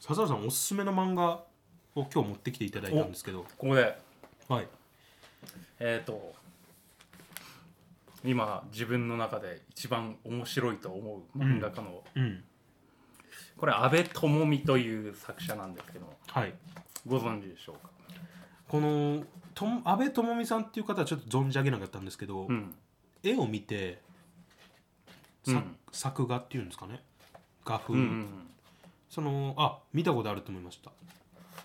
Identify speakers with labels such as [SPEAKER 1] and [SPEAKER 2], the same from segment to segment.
[SPEAKER 1] 笹原さんおすすめの漫画を今日持ってきていただいたんですけど
[SPEAKER 2] ここで
[SPEAKER 1] はい
[SPEAKER 2] えっ、と今自分の中で一番面白いと思う漫画家の、
[SPEAKER 1] うん
[SPEAKER 2] これ阿部智美という作者なんですけど
[SPEAKER 1] はい
[SPEAKER 2] ご存知でしょうか、
[SPEAKER 1] このとも安倍智美さんっていう方はちょっと存じ上げなかったんですけど、
[SPEAKER 2] うん、
[SPEAKER 1] 絵を見て、さ
[SPEAKER 2] うん
[SPEAKER 1] 作画っていうんですかね画風、
[SPEAKER 2] うんうん
[SPEAKER 1] そのあ見たことあると思いました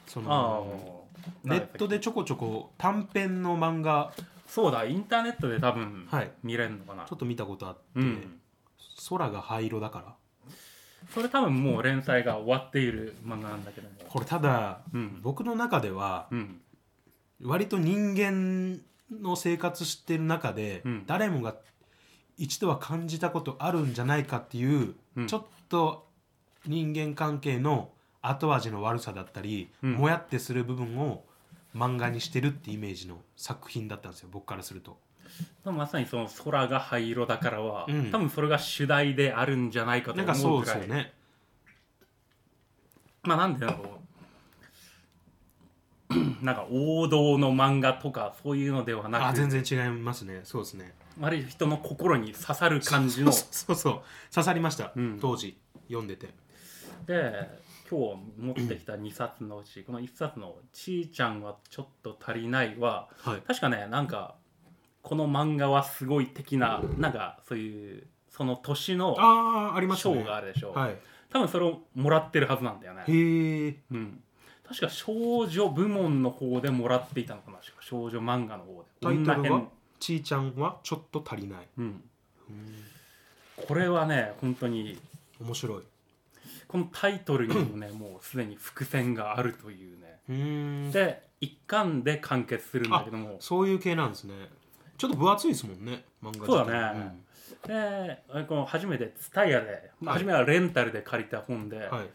[SPEAKER 1] そ
[SPEAKER 2] うんあ
[SPEAKER 1] の
[SPEAKER 2] あ
[SPEAKER 1] ネットでちょこちょこ短編の漫画
[SPEAKER 2] そうだインターネットで多分
[SPEAKER 1] はい
[SPEAKER 2] 見れるのかな、
[SPEAKER 1] ちょっと見たことあって、
[SPEAKER 2] うん、
[SPEAKER 1] 空が灰色だから
[SPEAKER 2] それ多分もう連載が終わっている漫画なんだけども
[SPEAKER 1] これただ
[SPEAKER 2] うん
[SPEAKER 1] 僕の中では
[SPEAKER 2] うん
[SPEAKER 1] 割と人間の生活してる中で
[SPEAKER 2] うん
[SPEAKER 1] 誰もが一度は感じたことあるんじゃないかっていう
[SPEAKER 2] うん
[SPEAKER 1] ちょっと人間関係の後味の悪さだったり
[SPEAKER 2] うん
[SPEAKER 1] もやってする部分を漫画にしてるってイメージの作品だったんですよ僕からすると。
[SPEAKER 2] まさにその「空が灰色だからは」
[SPEAKER 1] うん
[SPEAKER 2] 多分それが主題であるんじゃないかと
[SPEAKER 1] なんかそ
[SPEAKER 2] 思
[SPEAKER 1] う
[SPEAKER 2] うく
[SPEAKER 1] です
[SPEAKER 2] らい
[SPEAKER 1] よね。
[SPEAKER 2] まあなんでだろう なんか王道の漫画とかそういうのではな
[SPEAKER 1] あ
[SPEAKER 2] く
[SPEAKER 1] 全然違いますね。そうですね。
[SPEAKER 2] ある人の心に刺さる感じ の
[SPEAKER 1] そうそう刺さりました、
[SPEAKER 2] うん
[SPEAKER 1] 当時読んでて。
[SPEAKER 2] で今日持ってきた2冊のうちこの1冊の「ちーちゃんはちょっと足りないは」
[SPEAKER 1] はい。
[SPEAKER 2] 確かねなんかこの漫画はすごい的ななんかそういうその年の
[SPEAKER 1] ああありました
[SPEAKER 2] 賞
[SPEAKER 1] ね。
[SPEAKER 2] があるでしょ、
[SPEAKER 1] はい。
[SPEAKER 2] 多分それをもらってるはずなんだよね、
[SPEAKER 1] へえ。
[SPEAKER 2] うん、確か少女部門の方でもらっていたのかな確か少女漫画の方で
[SPEAKER 1] タイトル
[SPEAKER 2] 女
[SPEAKER 1] は
[SPEAKER 2] 編
[SPEAKER 1] ちーちゃんはちょっと足りない。
[SPEAKER 2] うん、これはね本当に
[SPEAKER 1] 面白い。
[SPEAKER 2] このタイトルにもねもうすでに伏線があるというね
[SPEAKER 1] うん。
[SPEAKER 2] で一巻で完結するんだけども
[SPEAKER 1] そういう系なんですね。ちょっと分厚いですもんね漫画
[SPEAKER 2] そうだねでこの初めて TSUTAYA で、まあ
[SPEAKER 1] はい
[SPEAKER 2] 初めはレンタルで借りた本で、
[SPEAKER 1] うんはい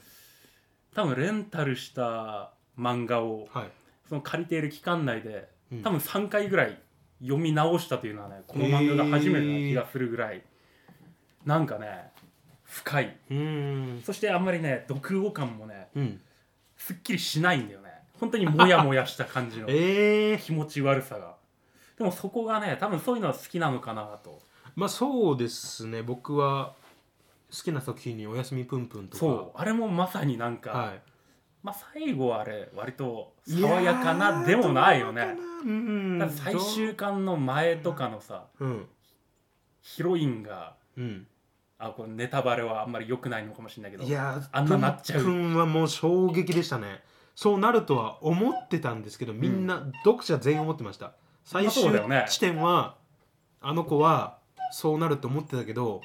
[SPEAKER 2] 多分レンタルした漫画を
[SPEAKER 1] はい。
[SPEAKER 2] その借りている期間内で
[SPEAKER 1] うん
[SPEAKER 2] 多分3回ぐらい読み直したというのはねこの漫画が初めてな気がするぐらい、なんかね深いう
[SPEAKER 1] ーん。
[SPEAKER 2] そしてあんまりね読後感もね
[SPEAKER 1] うん。
[SPEAKER 2] すっきりしないんだよね本当にモヤモヤした感じの
[SPEAKER 1] ええ
[SPEAKER 2] 気持ち悪さがでもそこがね多分そういうのは好きなのかなと
[SPEAKER 1] まあそうですね。僕は好きな作品におやすみぷんぷんとか。
[SPEAKER 2] そうあれもまさになんか、
[SPEAKER 1] はい。
[SPEAKER 2] まあ最後はあれ割と爽やかなでもないよ
[SPEAKER 1] やー
[SPEAKER 2] ね
[SPEAKER 1] どうかなうん
[SPEAKER 2] だって最終巻の前とかのさ
[SPEAKER 1] うん
[SPEAKER 2] ヒロインが
[SPEAKER 1] うん
[SPEAKER 2] あこれネタバレはあんまり良くないのかもしれないけど
[SPEAKER 1] いやー
[SPEAKER 2] あんななっちゃう
[SPEAKER 1] ぷんぷんはもう衝撃でしたねそうなるとは思ってたんですけどみんな、読者全員思ってました最終
[SPEAKER 2] そうだよね
[SPEAKER 1] 地点はあの子はそうなると思ってたけど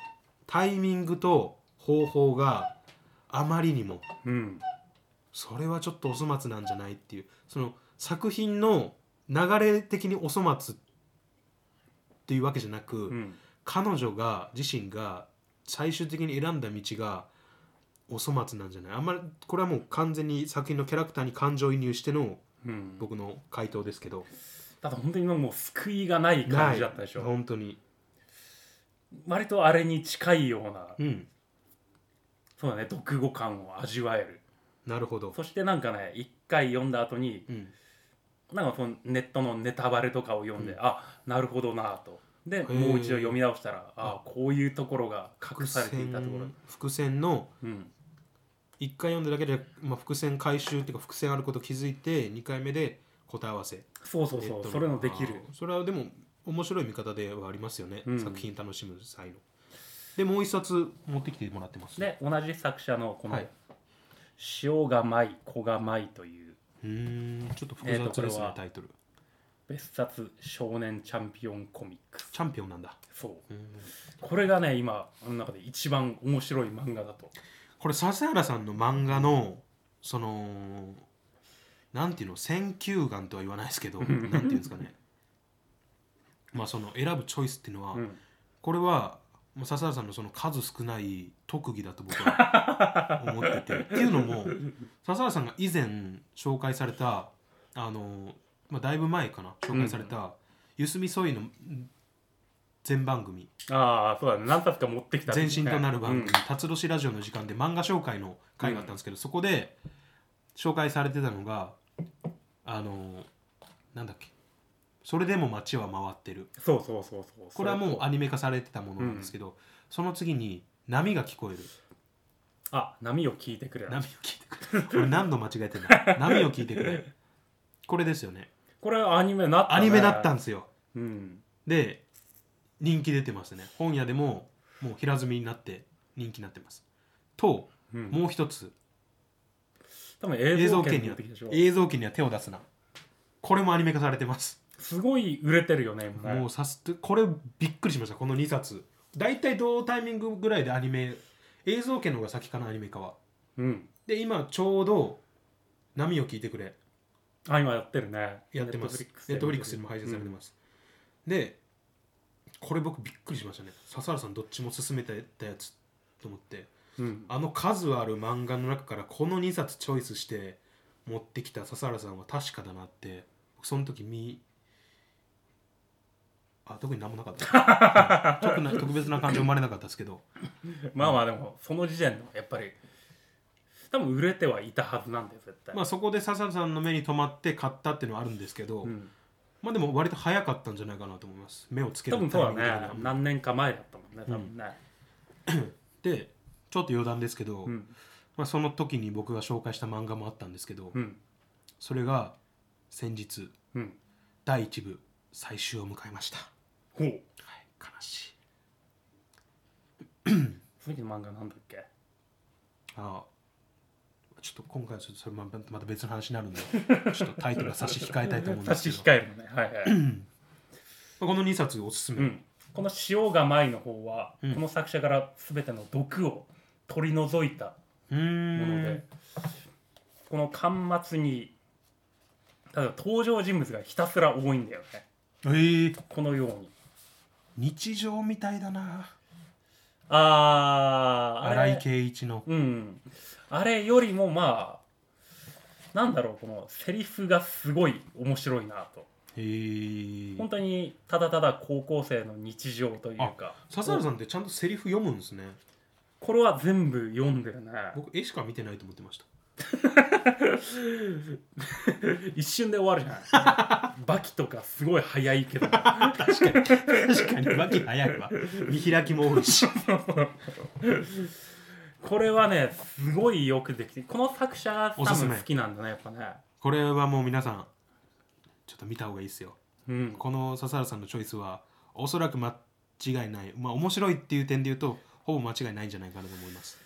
[SPEAKER 1] タイミングと方法があまりにも
[SPEAKER 2] うん
[SPEAKER 1] それはちょっとお粗末なんじゃないっていうその作品の流れ的にお粗末っていうわけじゃなく、
[SPEAKER 2] うん
[SPEAKER 1] 彼女が自身が最終的に選んだ道がお粗末なんじゃないあんまりこれはもう完全に作品のキャラクターに感情移入しての
[SPEAKER 2] うん
[SPEAKER 1] 僕の回答ですけど
[SPEAKER 2] だって本当にもう救いがない感じだったでし
[SPEAKER 1] ない
[SPEAKER 2] ょ
[SPEAKER 1] 本当に
[SPEAKER 2] 割とあれに近いような
[SPEAKER 1] うん
[SPEAKER 2] そうだね読後感を味わえる
[SPEAKER 1] なるほど
[SPEAKER 2] そしてなんかね一回読んだ後に
[SPEAKER 1] うん
[SPEAKER 2] なんかそのネットのネタバレとかを読んで、
[SPEAKER 1] うん
[SPEAKER 2] あなるほどなとで
[SPEAKER 1] ー
[SPEAKER 2] もう一度読み直したらあこういうところが隠されていたところ
[SPEAKER 1] 伏線の
[SPEAKER 2] うん
[SPEAKER 1] 1回読んだだけで、まあ、伏線回収っていうか伏線あること気づいて2回目で答え合わせ
[SPEAKER 2] そうそう
[SPEAKER 1] ネ
[SPEAKER 2] そ
[SPEAKER 1] ッ
[SPEAKER 2] う、
[SPEAKER 1] ト
[SPEAKER 2] それのできる
[SPEAKER 1] あーそれはでも面白い見方ではありますよね、
[SPEAKER 2] うん
[SPEAKER 1] 作品楽しむ際のでもう一冊持ってきてもらってます
[SPEAKER 2] で同じ作者のこの
[SPEAKER 1] はい
[SPEAKER 2] 「塩が舞子が舞」という
[SPEAKER 1] うーんちょっと複
[SPEAKER 2] えーと
[SPEAKER 1] 雑
[SPEAKER 2] これ
[SPEAKER 1] ですね、
[SPEAKER 2] は
[SPEAKER 1] タイトル
[SPEAKER 2] 別冊少年チャンピオンコミックス
[SPEAKER 1] チャンピオンなんだ
[SPEAKER 2] そうこれがね今あの中で一番面白い漫画だと
[SPEAKER 1] これ笹原さんの漫画のそのなんていうの選球眼とは言わないですけ どなんていうんですかねまあその選ぶチョイスっていうのは、
[SPEAKER 2] うん
[SPEAKER 1] これはもう笹原さんのその数少ない特技だと僕は 思っててっていうのも笹原さんが以前紹介されたあの、まあ、だいぶ前かな紹介された「ゆすみそい」のん全番組
[SPEAKER 2] ああそうだね何冊か持ってきた
[SPEAKER 1] 前身となる番組
[SPEAKER 2] うん
[SPEAKER 1] 「達、郎氏ラジオ」の時間で漫画紹介の回があったんですけど、そこで紹介されてたのがあのなんだっけそれでも街は回ってる
[SPEAKER 2] そうそうそうそう
[SPEAKER 1] これはもうアニメ化されてたものなんですけど、その次に波が聞こえる
[SPEAKER 2] あ波を聞いてくれ
[SPEAKER 1] 波を聞いてく れ俺何度間違えてんだ波を聞いてくれこれですよね
[SPEAKER 2] これアニメなった、
[SPEAKER 1] ア
[SPEAKER 2] ね、
[SPEAKER 1] ニメだったんですよ
[SPEAKER 2] うん
[SPEAKER 1] で人気出てますね本屋でももう平積みになって人気になってますと
[SPEAKER 2] うん、
[SPEAKER 1] もう一つ
[SPEAKER 2] 多分
[SPEAKER 1] 映
[SPEAKER 2] 映
[SPEAKER 1] 像
[SPEAKER 2] 像
[SPEAKER 1] 権
[SPEAKER 2] 権
[SPEAKER 1] に
[SPEAKER 2] に
[SPEAKER 1] は
[SPEAKER 2] なってきたでしょ
[SPEAKER 1] 映像権には手を出すなこれもアニメ化されてます
[SPEAKER 2] すごい売れてるよね今ね
[SPEAKER 1] もうさすこれびっくりしましたこの2冊大体同タイミングぐらいでアニメ映像権の方が先かなアニメ化は
[SPEAKER 2] うん
[SPEAKER 1] で今ちょうど「波を聞いてくれ
[SPEAKER 2] あ今やってるね」
[SPEAKER 1] やってますネットフリックスでも配信されてます、でこれ僕びっくりしましたね笹原さんどっちも勧めてたやつと思って
[SPEAKER 2] す、うん
[SPEAKER 1] あの数ある漫画の中からこの2冊チョイスして持ってきた笹原さんは確かだなって僕その時見あ特に何もなか った、うん特な特別な感情生まれなかったですけど
[SPEAKER 2] まあまあでもその時点でもやっぱり多分売れてはいたはずなんだよ絶対
[SPEAKER 1] まあそこで笹原さんの目に留まって買ったっていうのはあるんですけど、
[SPEAKER 2] うん、
[SPEAKER 1] まあでも割と早かったんじゃないかなと思います目をつけ
[SPEAKER 2] 多
[SPEAKER 1] る
[SPEAKER 2] 分
[SPEAKER 1] タイミ
[SPEAKER 2] そ
[SPEAKER 1] ン
[SPEAKER 2] う
[SPEAKER 1] グ的
[SPEAKER 2] だね
[SPEAKER 1] な
[SPEAKER 2] 何年か前だったもんね多分ね、
[SPEAKER 1] でちょっと余談ですけど、
[SPEAKER 2] うん
[SPEAKER 1] まあ、その時に僕が紹介した漫画もあったんですけど、
[SPEAKER 2] うん
[SPEAKER 1] それが先日
[SPEAKER 2] うん
[SPEAKER 1] 第1部最終を迎えました、は
[SPEAKER 2] ほう
[SPEAKER 1] い、悲しい
[SPEAKER 2] 次の漫画なんだっけ
[SPEAKER 1] あちょっと今回はちょっとそれままた別の話になるんで ちょっとタイトルは差し控えたいと思うん
[SPEAKER 2] 差
[SPEAKER 1] です
[SPEAKER 2] し
[SPEAKER 1] けど、
[SPEAKER 2] 控えるのね はいはい
[SPEAKER 1] まあこの2冊おすすめ、
[SPEAKER 2] うん、この塩が舞の方は、
[SPEAKER 1] うん
[SPEAKER 2] この作者から全ての毒を取り除いた
[SPEAKER 1] うーん
[SPEAKER 2] もので、この巻末に例えば登場人物がひたすら多いんだよね
[SPEAKER 1] えー、
[SPEAKER 2] このように
[SPEAKER 1] 日常みたいだな
[SPEAKER 2] あーあ
[SPEAKER 1] 荒井
[SPEAKER 2] れ
[SPEAKER 1] 圭一の
[SPEAKER 2] うんあれよりもまあなんだろうこのセリフがすごい面白いなと
[SPEAKER 1] へえー
[SPEAKER 2] 本、当にただただ高校生の日常というか
[SPEAKER 1] 笹原さんってちゃんとセリフ読むんですね
[SPEAKER 2] これは全部読んでるね
[SPEAKER 1] 僕絵しか見てないと思ってました
[SPEAKER 2] 一瞬で終わるじゃ ないバキとかすごい早いけど
[SPEAKER 1] 確かに確かに脇早いわ見開きも多いし
[SPEAKER 2] これはねすごいよくできてこの作者が多
[SPEAKER 1] おすすめ
[SPEAKER 2] 分好きなんだねやっぱね
[SPEAKER 1] これはもう皆さんちょっと見た方がいいですよ
[SPEAKER 2] うん
[SPEAKER 1] この笹原さんのチョイスはおそらく間違いないまあ面白いっていう点で言うとほぼ間違いないんじゃないかなと思います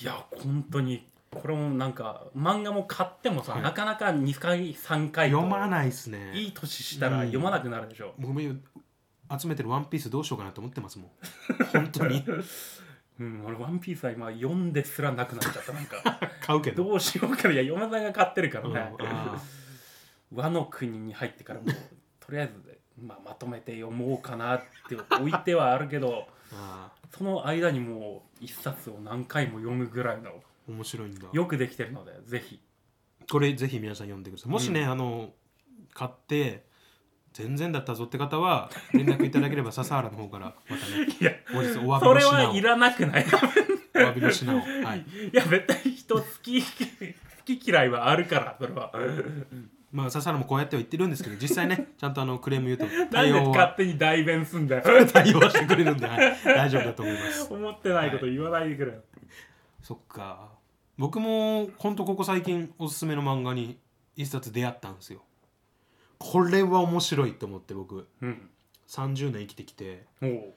[SPEAKER 2] いや本当にこれもなんか漫画も買ってもさ、
[SPEAKER 1] はい
[SPEAKER 2] なかなか2回3回と
[SPEAKER 1] 読まないっすね
[SPEAKER 2] いい年したら読まなくなるでしょ、
[SPEAKER 1] 僕も集めてるワンピースどうしようかなと思って ますもん本当に
[SPEAKER 2] うん俺「ワンピースは今読んですらなくなっちゃったなんか
[SPEAKER 1] 買うけど
[SPEAKER 2] どうしようかないや嫁さんが買ってるから
[SPEAKER 1] うん
[SPEAKER 2] ね、
[SPEAKER 1] あ
[SPEAKER 2] 和の国に入ってからもうとりあえず、まあ、まとめて読もうかなって置いてはあるけど
[SPEAKER 1] ーあ
[SPEAKER 2] その間にもう一冊を何回も読むぐらいの
[SPEAKER 1] ー面白いんだ
[SPEAKER 2] よくできてるのでぜひ
[SPEAKER 1] これぜひ皆さん読んでくださいもしね、
[SPEAKER 2] う
[SPEAKER 1] あの買って全然だったぞって方は連絡いただければ笹原の方からまたね
[SPEAKER 2] いや
[SPEAKER 1] 後日お詫び
[SPEAKER 2] そ
[SPEAKER 1] の
[SPEAKER 2] れ
[SPEAKER 1] 品
[SPEAKER 2] は
[SPEAKER 1] を
[SPEAKER 2] いらなくない
[SPEAKER 1] お詫びの品をはい
[SPEAKER 2] いや絶対人好き好き嫌いはあるからそれは
[SPEAKER 1] まあ笹原もこうやっては言ってるんです けど実際ねちゃんとあのクレーム言うと
[SPEAKER 2] な ん
[SPEAKER 1] 対
[SPEAKER 2] で
[SPEAKER 1] 応
[SPEAKER 2] 勝
[SPEAKER 1] は
[SPEAKER 2] 手に代弁すんだよ
[SPEAKER 1] 対応はしてくれるんで、はい、大丈夫だと思います
[SPEAKER 2] 思ってないこと言わないでくれよ、
[SPEAKER 1] そっか僕もほんとここ最近おすすめの漫画に一冊出会ったんですよこれは面白いと思って僕
[SPEAKER 2] うん
[SPEAKER 1] 30年生きてきて
[SPEAKER 2] おう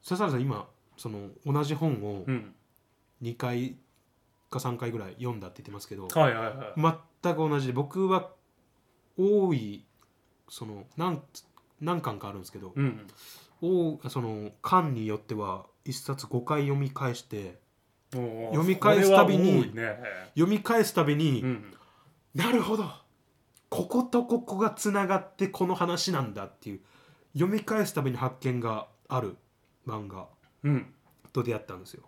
[SPEAKER 1] 笹原さん今その同じ本を
[SPEAKER 2] うん
[SPEAKER 1] 2回か3回ぐらい読んだって言ってますけど
[SPEAKER 2] はいはいはい
[SPEAKER 1] 全く同じで僕は多いその何何巻かあるんですけど、
[SPEAKER 2] うん
[SPEAKER 1] をその巻によっては1冊5回読み返して
[SPEAKER 2] おう
[SPEAKER 1] 読み返すたびに
[SPEAKER 2] それは多いね
[SPEAKER 1] 読み返すたびに、
[SPEAKER 2] うん、
[SPEAKER 1] なるほどこことここがつながってこの話なんだっていう読み返すたびに発見がある漫画
[SPEAKER 2] うん、
[SPEAKER 1] と出会ったんですよ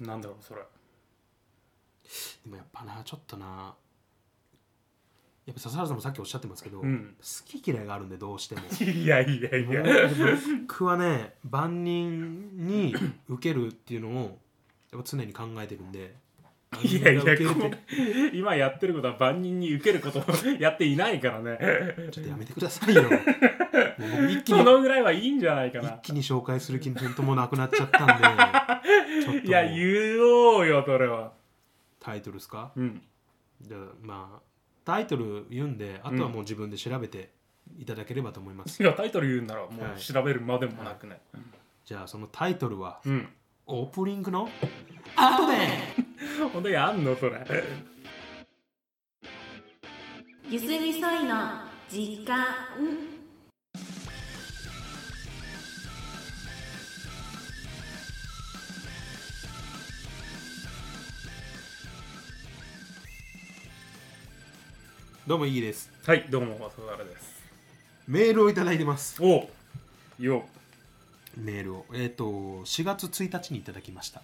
[SPEAKER 2] なんだろうそれ
[SPEAKER 1] でもやっぱなちょっとなやっぱ笹原さんもさっきおっしゃってますけど、
[SPEAKER 2] う
[SPEAKER 1] 好
[SPEAKER 2] ん
[SPEAKER 1] き嫌いがあるんでどうしても
[SPEAKER 2] いやいやいや
[SPEAKER 1] 僕はね 万人に受けるっていうのをやっぱ常に考えてるんで
[SPEAKER 2] いやいや
[SPEAKER 1] 受ける
[SPEAKER 2] こ
[SPEAKER 1] って
[SPEAKER 2] う今やってることは万人に受けることを やっていないからね
[SPEAKER 1] ちょっとやめてくだ さいよもう僕一気
[SPEAKER 2] そ
[SPEAKER 1] に
[SPEAKER 2] のぐらいはいいんじゃないか
[SPEAKER 1] 一
[SPEAKER 2] な
[SPEAKER 1] 気に紹介する気本当もうなくなっちゃったんでちょっともう
[SPEAKER 2] いや言おうよそれは
[SPEAKER 1] タイトルですか
[SPEAKER 2] うん
[SPEAKER 1] じゃあまあタイトル言うんであとはもう自分で調べていただければと思います、
[SPEAKER 2] いやタイトル言うんならも
[SPEAKER 1] は
[SPEAKER 2] う
[SPEAKER 1] い
[SPEAKER 2] 調べるまでもなくね、
[SPEAKER 1] じゃあそのタイトルは
[SPEAKER 2] うん
[SPEAKER 1] オープニングの後で
[SPEAKER 2] 本当にあんのそれ
[SPEAKER 3] ゆすみそいの時間
[SPEAKER 1] どうもいいです
[SPEAKER 2] はいどうも松原です
[SPEAKER 1] メールをいただいてます
[SPEAKER 2] おうよ
[SPEAKER 1] メールをえっ、と4月1日にいただきました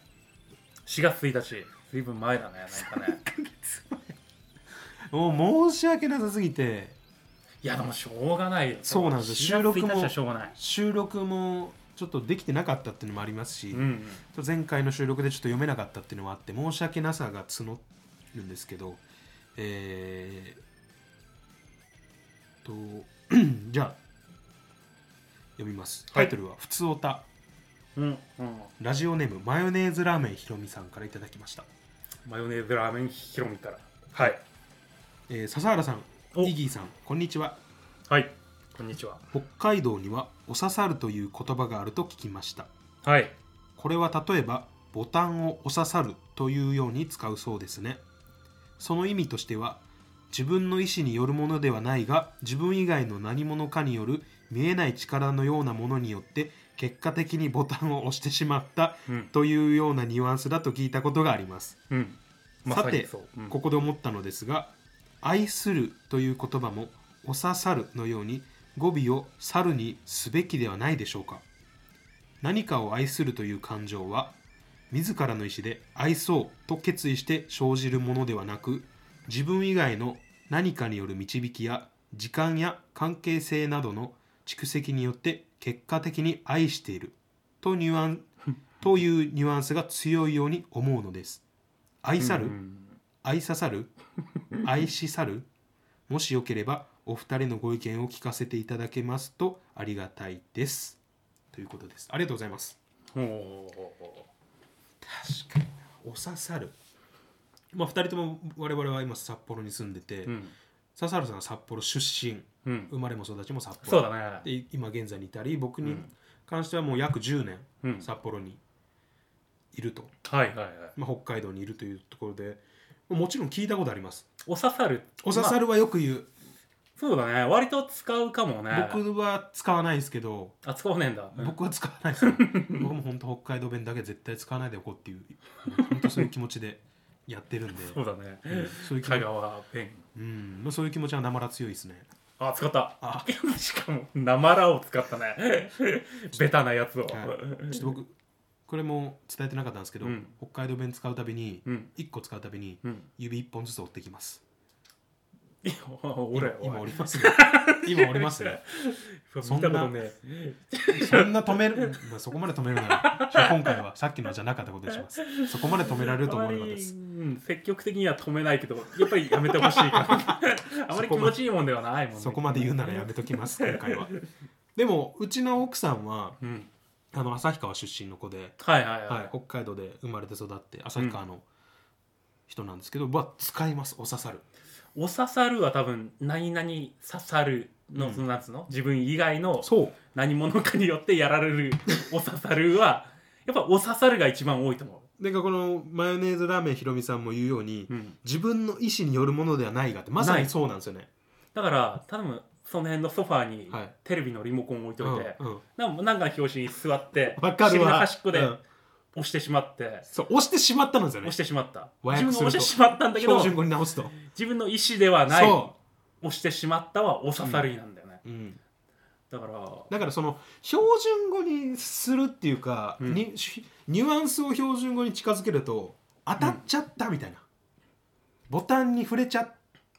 [SPEAKER 2] 4月1日ずいぶん前だねなんかね
[SPEAKER 1] もう申し訳なさすぎて
[SPEAKER 2] いやでもしょうがないよ
[SPEAKER 1] そうなんです収
[SPEAKER 2] 4月1
[SPEAKER 1] 録
[SPEAKER 2] 日
[SPEAKER 1] も
[SPEAKER 2] はしょうがない
[SPEAKER 1] 収録もちょっとできてなかったっていうのもありますし、
[SPEAKER 2] うんうん
[SPEAKER 1] 前回の収録でちょっと読めなかったっていうのもあって申し訳なさが募るんですけどえー、と じゃあ読みますタイトルは「ふつおた
[SPEAKER 2] うんうん」
[SPEAKER 1] ラジオネームマヨネーズラーメンひろみさんからいただきました、
[SPEAKER 2] マヨネーズラーメンひろみからはい
[SPEAKER 1] えー笹原さん
[SPEAKER 2] お
[SPEAKER 1] イギーさんこんにちは
[SPEAKER 2] はいこんにちは
[SPEAKER 1] 北海道には「お刺さる」という言葉があると聞きました
[SPEAKER 2] はい
[SPEAKER 1] これは例えばボタンを押ささるというように使うそうですねその意味としては自分の意思によるものではないが自分以外の何者かによる見えない力のようなものによって結果的にボタンを押してしまった
[SPEAKER 2] うん
[SPEAKER 1] というようなニュアンスだと聞いたことがあります、
[SPEAKER 2] うんま
[SPEAKER 1] さ
[SPEAKER 2] さ
[SPEAKER 1] て
[SPEAKER 2] にそううん
[SPEAKER 1] ここで思ったのですが「愛する」という言葉も「おささる」のように語尾を「去る」にすべきではないでしょうか何かを愛するという感情は自らの意思で「愛そう」と決意して生じるものではなく自分以外の何かによる導きや時間や関係性などの蓄積によって結果的に愛しているとニュアンというニュアンスが強いように思うのです愛さる、
[SPEAKER 2] うん
[SPEAKER 1] 愛ささる 愛しさるもしよければお二人のご意見を聞かせていただけますとありがたいですということですありがとうございます
[SPEAKER 2] おお
[SPEAKER 1] 確かにおささるまあ二人とも我々は今札幌に住んでて、
[SPEAKER 2] うん
[SPEAKER 1] ささるさんは札幌出身
[SPEAKER 2] うん
[SPEAKER 1] 生まれも育ちも札幌
[SPEAKER 2] そうだね
[SPEAKER 1] で今現在にいたり僕
[SPEAKER 2] う
[SPEAKER 1] に
[SPEAKER 2] ん
[SPEAKER 1] 関してはもう約10年
[SPEAKER 2] うん
[SPEAKER 1] 札幌にいると、
[SPEAKER 2] はいはいはい
[SPEAKER 1] まあ、北海道にいるというところでもちろん聞いたことあります
[SPEAKER 2] お刺さる
[SPEAKER 1] おさ
[SPEAKER 2] ま
[SPEAKER 1] さ
[SPEAKER 2] あ
[SPEAKER 1] るはよく言う、
[SPEAKER 2] そうだね割と使うかもね
[SPEAKER 1] 僕は使わないですけど、
[SPEAKER 2] あ使わねえんだうん
[SPEAKER 1] 僕は使わない ですよ僕も本当北海道弁だけは絶対使わないでおこうっていう本当そういう気持ちでやってるんで、
[SPEAKER 2] そうだね
[SPEAKER 1] うんそういう気持
[SPEAKER 2] 香
[SPEAKER 1] ち、
[SPEAKER 2] 川ペン
[SPEAKER 1] うんまあ、そういう気持ちはなまら強いですね
[SPEAKER 2] あ使った
[SPEAKER 1] あ
[SPEAKER 2] しかもなまらを使っ たねベタなやつを、
[SPEAKER 1] はいちょっと僕これも伝えてなかったんですけど、
[SPEAKER 2] うん
[SPEAKER 1] 北海道弁使うたびに
[SPEAKER 2] うん
[SPEAKER 1] 1個使うたびに
[SPEAKER 2] うん
[SPEAKER 1] 指1本ずつ折ってきます
[SPEAKER 2] いや俺
[SPEAKER 1] 今
[SPEAKER 2] おい
[SPEAKER 1] 折りますね今折りますねそん
[SPEAKER 2] 見
[SPEAKER 1] な
[SPEAKER 2] たことねえ
[SPEAKER 1] そんな止める、まあ、そこまで止めるならじゃあ今回はさっきのじゃなかったことにしますそこまで止められると思わなかったです
[SPEAKER 2] あまりうん積極的には止めないけどやっぱりやめてほしい からあまり気持ちいいもんではないもんね
[SPEAKER 1] そこまで言うならやめときます今回はでもうちの奥さんは
[SPEAKER 2] うん
[SPEAKER 1] あの旭川出身の子で、
[SPEAKER 2] はいはいはい、
[SPEAKER 1] はい、北海道で生まれて育って旭川の人なんですけど、まあ使いますお刺さる
[SPEAKER 2] お刺さるは多分何々刺さるの、
[SPEAKER 1] うん
[SPEAKER 2] そのなんつうの自分以外の
[SPEAKER 1] そう
[SPEAKER 2] 何者かによってやられるお刺さるはやっぱお刺さるが一番多いと思
[SPEAKER 1] でこのマヨネーズラーメンひろみさんも言うように、
[SPEAKER 2] う、うん、
[SPEAKER 1] 自分の意思によるものではないがってまさにそうなんですよね
[SPEAKER 2] だから多分その辺のソファーに
[SPEAKER 1] はい
[SPEAKER 2] テレビのリモコンを置いといて、
[SPEAKER 1] うんうん
[SPEAKER 2] なんかなんかの表紙に座って
[SPEAKER 1] わかる
[SPEAKER 2] 尻の
[SPEAKER 1] わ
[SPEAKER 2] 端っこで
[SPEAKER 1] うん
[SPEAKER 2] 押してしまって、
[SPEAKER 1] そう押してしまったんですよね
[SPEAKER 2] 押してしまった
[SPEAKER 1] 和訳
[SPEAKER 2] 自分
[SPEAKER 1] すると
[SPEAKER 2] が押してしまったんだけど
[SPEAKER 1] 標準語に直すと
[SPEAKER 2] 自分の意思ではない
[SPEAKER 1] そ
[SPEAKER 2] 押してしまったはお刺さるなんだよね、
[SPEAKER 1] う、うん、
[SPEAKER 2] だから
[SPEAKER 1] だからその標準語にするっていうか、
[SPEAKER 2] うん
[SPEAKER 1] にしニュアンスを標準語に近づけると当たっちゃったみたいな、ボタンに触れちゃっ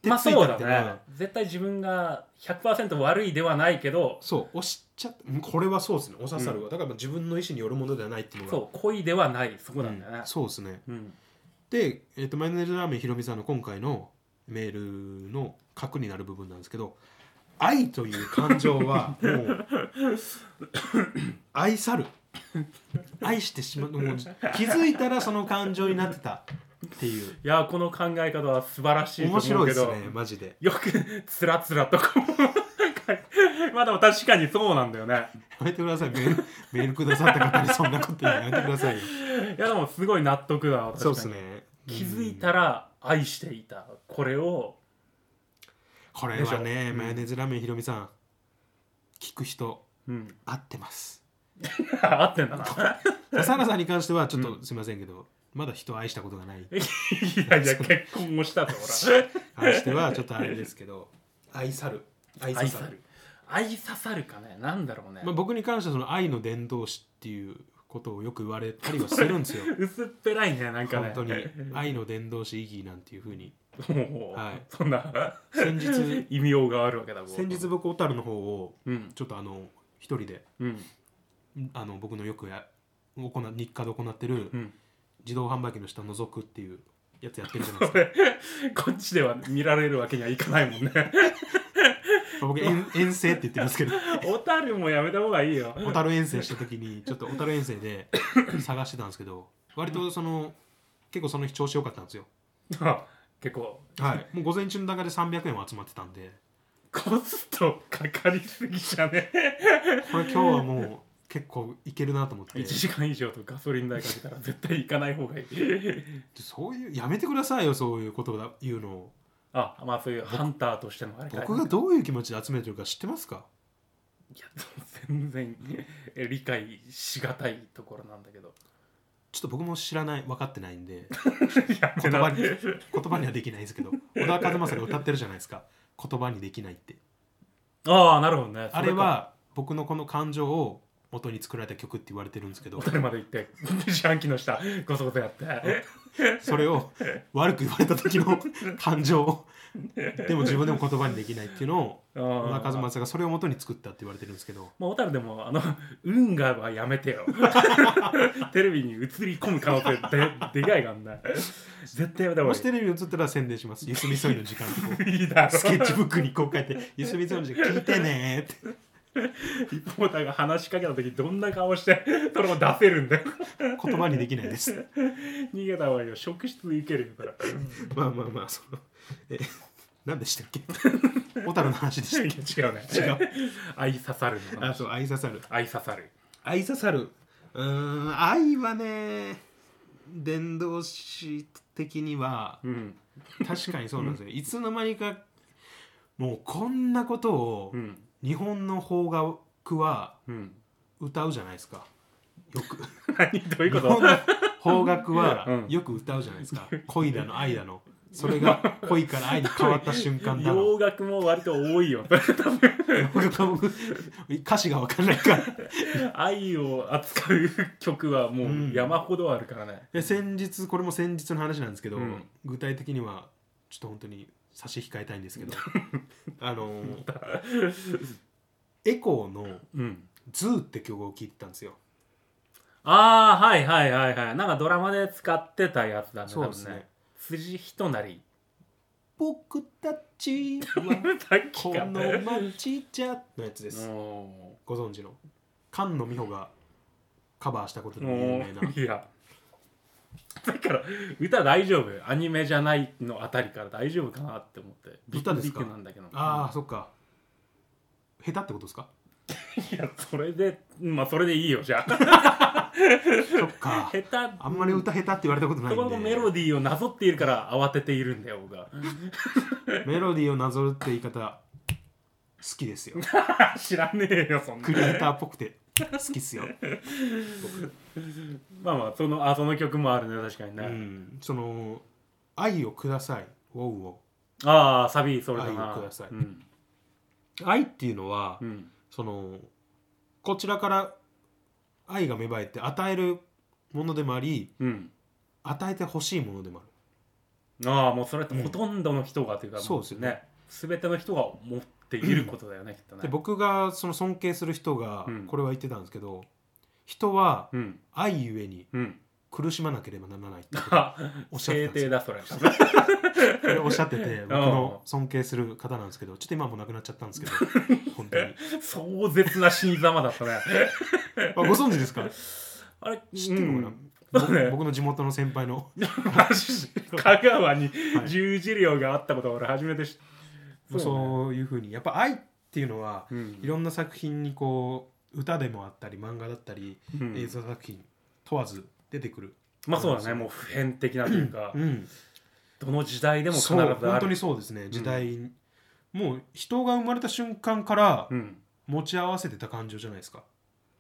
[SPEAKER 1] て
[SPEAKER 2] まあ
[SPEAKER 1] つい
[SPEAKER 2] そう
[SPEAKER 1] た
[SPEAKER 2] だ
[SPEAKER 1] って
[SPEAKER 2] ね、
[SPEAKER 1] いうのは
[SPEAKER 2] 絶対自分が100%悪いではないけど
[SPEAKER 1] そう押しちゃったうんこれはそうですねおささるは、だからまあ自分の意思によるものではないっていうのが
[SPEAKER 2] そう恋ではないそこなんだよね
[SPEAKER 1] うんそうですね
[SPEAKER 2] うん、
[SPEAKER 1] で、えっとマヨネーズラーメンひろみさんの今回のメールの核になる部分なんですけど愛という感情はも う愛さる愛してしまうもう気づいたらその感情になってたっていう
[SPEAKER 2] いやこの考え方は素晴らしい
[SPEAKER 1] 面
[SPEAKER 2] と思
[SPEAKER 1] 白い
[SPEAKER 2] う
[SPEAKER 1] で
[SPEAKER 2] け
[SPEAKER 1] す
[SPEAKER 2] ど、
[SPEAKER 1] ねマジで
[SPEAKER 2] よくつらつらとこうまあでも確かにそうなんだよね
[SPEAKER 1] やめてくださいメールメールくださった方にそんなこと言うのやめてくださいよ
[SPEAKER 2] いやでもすごい納得だわ確か
[SPEAKER 1] そう
[SPEAKER 2] に
[SPEAKER 1] ですね
[SPEAKER 2] 気づいたら愛していたこれを
[SPEAKER 1] これはね、
[SPEAKER 2] でしょ
[SPEAKER 1] マヨネーズラーメンひろみさん聞く人
[SPEAKER 2] うん
[SPEAKER 1] 合ってます
[SPEAKER 2] 合ってんだな
[SPEAKER 1] 笹原さんに関してはちょっとすいませんけど、まだ人を愛したことがない
[SPEAKER 2] いやいや結婚もしたとほら
[SPEAKER 1] 関してはちょっとあれですけど愛さる愛さ
[SPEAKER 2] 愛
[SPEAKER 1] さる
[SPEAKER 2] さる愛ささるかねなんだろうね、
[SPEAKER 1] まあ、僕に関してはその愛の伝道師っていうことをよく言われたりはするんですよ
[SPEAKER 2] 薄っぺらいねなんか
[SPEAKER 1] 本
[SPEAKER 2] ね
[SPEAKER 1] 当に愛の伝道師意義なんていうふうに
[SPEAKER 2] もう、
[SPEAKER 1] はい
[SPEAKER 2] そんな
[SPEAKER 1] 先 日
[SPEAKER 2] 意味用があるわけだもん
[SPEAKER 1] 先日僕小樽の方を
[SPEAKER 2] うん
[SPEAKER 1] ちょっとあの一人で
[SPEAKER 2] うん
[SPEAKER 1] あの僕のよくや行う日課で行ってる
[SPEAKER 2] うん
[SPEAKER 1] 自動販売機の下覗くっていうやつやってるじゃない
[SPEAKER 2] こ
[SPEAKER 1] ですか
[SPEAKER 2] れこっちでは見られるわけにはいかないもんね
[SPEAKER 1] まあ僕遠遠征って言ってますけど
[SPEAKER 2] 小樽もやめた方がいいよ
[SPEAKER 1] 小樽遠征した時にちょっと小樽遠征 で探してたんですけど割とその結構その日調子良かったんですよ
[SPEAKER 2] 結構
[SPEAKER 1] はいもう午前中の段階で300円は集まってたんで
[SPEAKER 2] コストかかりすぎじゃ ね
[SPEAKER 1] これ今日はもう結構いけるなと思って
[SPEAKER 2] 1時間以上とガソリン代かけたら絶対行かない方がいい
[SPEAKER 1] そういうやめてくださいよそういうことだ言うのを
[SPEAKER 2] あまあそういうハンターとしてのあれか
[SPEAKER 1] 僕がどういう気持ちで集めてるか知ってますか
[SPEAKER 2] いや全然え理解しがたいところなんだけど
[SPEAKER 1] ちょっと僕も知らない分かってないんで
[SPEAKER 2] いや
[SPEAKER 1] 言葉に
[SPEAKER 2] で
[SPEAKER 1] 言葉にはできないですけ ど小田和正が歌ってるじゃないですか言葉にできないって
[SPEAKER 2] ああなるほどね
[SPEAKER 1] あれは僕のこの感情を元に作られた曲って言われてるんですけど
[SPEAKER 2] 小樽まで行って自販機の下ごそごそやって
[SPEAKER 1] それを悪く言われた時 の感情をでも自分でも言葉にできないっていうのを小
[SPEAKER 2] 小
[SPEAKER 1] 田和正がそれを元に作ったって言われてるんですけど
[SPEAKER 2] まあ、小樽でもあの運河はやめて よテレビに映り込む可能性ででかいがんな絶対やめた方
[SPEAKER 1] も
[SPEAKER 2] が
[SPEAKER 1] しテレビに映ったら宣伝しますゆすみそいの時間ってこう
[SPEAKER 2] いいい いだろ
[SPEAKER 1] スケッチブックにこう書いて「ゆすみそいの時間聞いてね」って
[SPEAKER 2] リポーターが話しかけた時どんな顔してそれも出せるんだよ
[SPEAKER 1] 言葉にできないです
[SPEAKER 2] 逃げた方がいいよ職質受けるよから
[SPEAKER 1] まあまあまあそのえ何で したっけ小樽の話でしたっ
[SPEAKER 2] いや違うね
[SPEAKER 1] 違う
[SPEAKER 2] 愛ささるの
[SPEAKER 1] けあそう愛ささる
[SPEAKER 2] 愛ささる
[SPEAKER 1] 愛ささるうーん愛はね伝道師的には
[SPEAKER 2] うん
[SPEAKER 1] 確かにそうなんですよねいつの間にかもうこんなことを
[SPEAKER 2] うん
[SPEAKER 1] 日本の邦楽は
[SPEAKER 2] うん
[SPEAKER 1] 歌うじゃないですかよく
[SPEAKER 2] 何どういう
[SPEAKER 1] 日
[SPEAKER 2] こ
[SPEAKER 1] 本の邦楽は
[SPEAKER 2] うん
[SPEAKER 1] よく歌うじゃないですか恋だの愛だのそれが恋から愛に変わった瞬
[SPEAKER 2] と
[SPEAKER 1] 間だの
[SPEAKER 2] 洋楽も割と多いよ
[SPEAKER 1] 洋楽は僕歌詞が分かんないから
[SPEAKER 2] 愛を扱う曲はもう山ほどあるからね、
[SPEAKER 1] で先日これも先日の話なんですけど、
[SPEAKER 2] うん
[SPEAKER 1] 具体的にはちょっと本当に差し控えたいんですけどあの ーエコーの
[SPEAKER 2] うん
[SPEAKER 1] 「ズー」って曲を聴いてたんですよ
[SPEAKER 2] ああはいはいはいはいなんかドラマで使ってたやつだね
[SPEAKER 1] そうですね
[SPEAKER 2] 多分辻仁成
[SPEAKER 1] 僕たちは
[SPEAKER 2] さっ
[SPEAKER 1] こ
[SPEAKER 2] きか
[SPEAKER 1] の街じゃのやつです、
[SPEAKER 2] も
[SPEAKER 1] ご存知の菅野美穂がカバーしたこと
[SPEAKER 2] う
[SPEAKER 1] で有名な
[SPEAKER 2] ういやだから歌大丈夫アニメじゃないのあたりから大丈夫かなって思ってビ
[SPEAKER 1] 歌
[SPEAKER 2] ッ
[SPEAKER 1] です
[SPEAKER 2] ビ
[SPEAKER 1] か
[SPEAKER 2] ッなんだけど
[SPEAKER 1] ああそっか下手ってことですか
[SPEAKER 2] いやそれでまあそれでいいよじゃあ
[SPEAKER 1] そっか
[SPEAKER 2] 下手
[SPEAKER 1] あんまり歌下手って言われたことない
[SPEAKER 2] そこ
[SPEAKER 1] んで
[SPEAKER 2] のメロディーをなぞっているから慌てているんだよ 僕は
[SPEAKER 1] メロディーをなぞるって言い方好きですよ
[SPEAKER 2] 知らねえよそんな
[SPEAKER 1] クリエイターっぽくて好きっすよ、
[SPEAKER 2] まあまあそのあその曲もあるね確かに
[SPEAKER 1] う
[SPEAKER 2] ね、
[SPEAKER 1] ん、その「愛をください」ウォウウ
[SPEAKER 2] ああサビそれだな
[SPEAKER 1] 愛をください
[SPEAKER 2] うん
[SPEAKER 1] ォ愛っていうのは、
[SPEAKER 2] うん
[SPEAKER 1] そのこちらから愛が芽生えて与えるものでもあり
[SPEAKER 2] うん
[SPEAKER 1] 与えてほしいものでもある
[SPEAKER 2] ああもうそれってほとんどの人がというか、
[SPEAKER 1] そうですよね
[SPEAKER 2] すべての人が持っていることだよね、きっとね
[SPEAKER 1] で僕がその尊敬する人が
[SPEAKER 2] うん
[SPEAKER 1] これは言ってたんですけど、人は
[SPEAKER 2] うん
[SPEAKER 1] 愛ゆえに
[SPEAKER 2] うん
[SPEAKER 1] 苦しまなければならない ってことを
[SPEAKER 2] あ
[SPEAKER 1] おっしゃって
[SPEAKER 2] 制
[SPEAKER 1] たんです
[SPEAKER 2] 定
[SPEAKER 1] よ
[SPEAKER 2] だそれ
[SPEAKER 1] これおっしゃってて僕の
[SPEAKER 2] う
[SPEAKER 1] 尊敬する方なんですけどちょっと今はもう亡くなっちゃったんです けど本当に、
[SPEAKER 2] 壮絶な死に様だ ったね
[SPEAKER 1] あ、ご存知ですか
[SPEAKER 2] あれ
[SPEAKER 1] 知ってるのかな、
[SPEAKER 2] うんそうね
[SPEAKER 1] 僕僕の地元の先輩の
[SPEAKER 2] マジで 香川に
[SPEAKER 1] い
[SPEAKER 2] 十字寮があったことを俺初めて知っ
[SPEAKER 1] そう,、いうふうにやっぱ愛っていうのは
[SPEAKER 2] うね
[SPEAKER 1] いろんな作品にこう歌でもあったり漫画だったり、
[SPEAKER 2] うん
[SPEAKER 1] 映像作品問わず出てくる、
[SPEAKER 2] まあそうだねもう普遍的なというか
[SPEAKER 1] うん、
[SPEAKER 2] どの時代でも必ず
[SPEAKER 1] そう
[SPEAKER 2] ある
[SPEAKER 1] 本当にそうですね時代、もう人が生まれた瞬間から
[SPEAKER 2] うん
[SPEAKER 1] 持ち合わせてた感情じゃないですか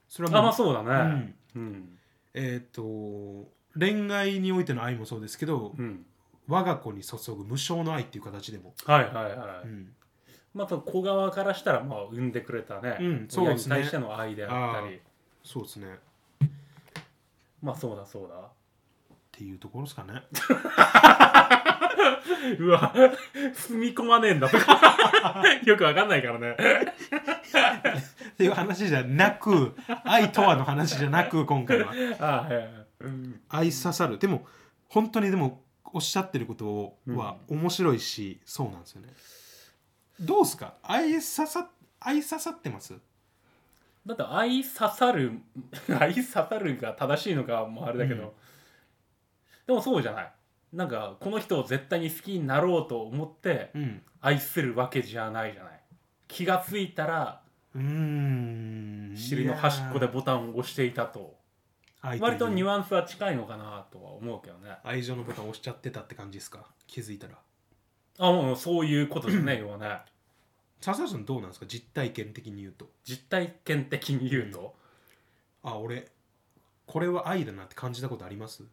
[SPEAKER 1] それ
[SPEAKER 2] あ
[SPEAKER 1] はもう
[SPEAKER 2] まあそうだねうん
[SPEAKER 1] えっ、と恋愛においての愛もそうですけど、
[SPEAKER 2] うん
[SPEAKER 1] 我が子に注ぐ無償の愛っていう形でも、
[SPEAKER 2] はいはいは
[SPEAKER 1] う
[SPEAKER 2] い
[SPEAKER 1] ん
[SPEAKER 2] また小川からしたらまあ産んでくれた
[SPEAKER 1] う
[SPEAKER 2] ね
[SPEAKER 1] んそう
[SPEAKER 2] 親
[SPEAKER 1] で
[SPEAKER 2] に
[SPEAKER 1] すね
[SPEAKER 2] 対しての愛であったり
[SPEAKER 1] そうですねっ
[SPEAKER 2] まあそうだそうだ
[SPEAKER 1] ていうところですかね
[SPEAKER 2] うわ、踏み込まねえんだと か、よくわかんないからね。
[SPEAKER 1] っていう話じゃなく愛とはの話じゃなく今回は
[SPEAKER 2] あはいはいうん
[SPEAKER 1] 愛刺さるでも本当にでもおっしゃってることは面白いし、そうなんですよねどうですか愛刺さ愛刺さってます
[SPEAKER 2] だって、愛刺さる、 愛刺さるが正しいのかもあれだけど、
[SPEAKER 1] うん
[SPEAKER 2] でもそうじゃない。なんか、この人を絶対に好きになろうと思って、
[SPEAKER 1] うん
[SPEAKER 2] 愛するわけじゃないじゃない。気がついたら、
[SPEAKER 1] うーん
[SPEAKER 2] 尻の端っこでボタンを押していたと。
[SPEAKER 1] いやー愛という
[SPEAKER 2] 割とニュアンスは近いのかなとは思うけどね。
[SPEAKER 1] 愛情のボタン押しちゃってたって感じですか気づいたら
[SPEAKER 2] あ、もうそういうことですね、要はね。
[SPEAKER 1] 笹原さんどうなんですか実体験的に言うと
[SPEAKER 2] 実体験的に言うと。
[SPEAKER 1] あ俺これは愛だなって感じたことあります、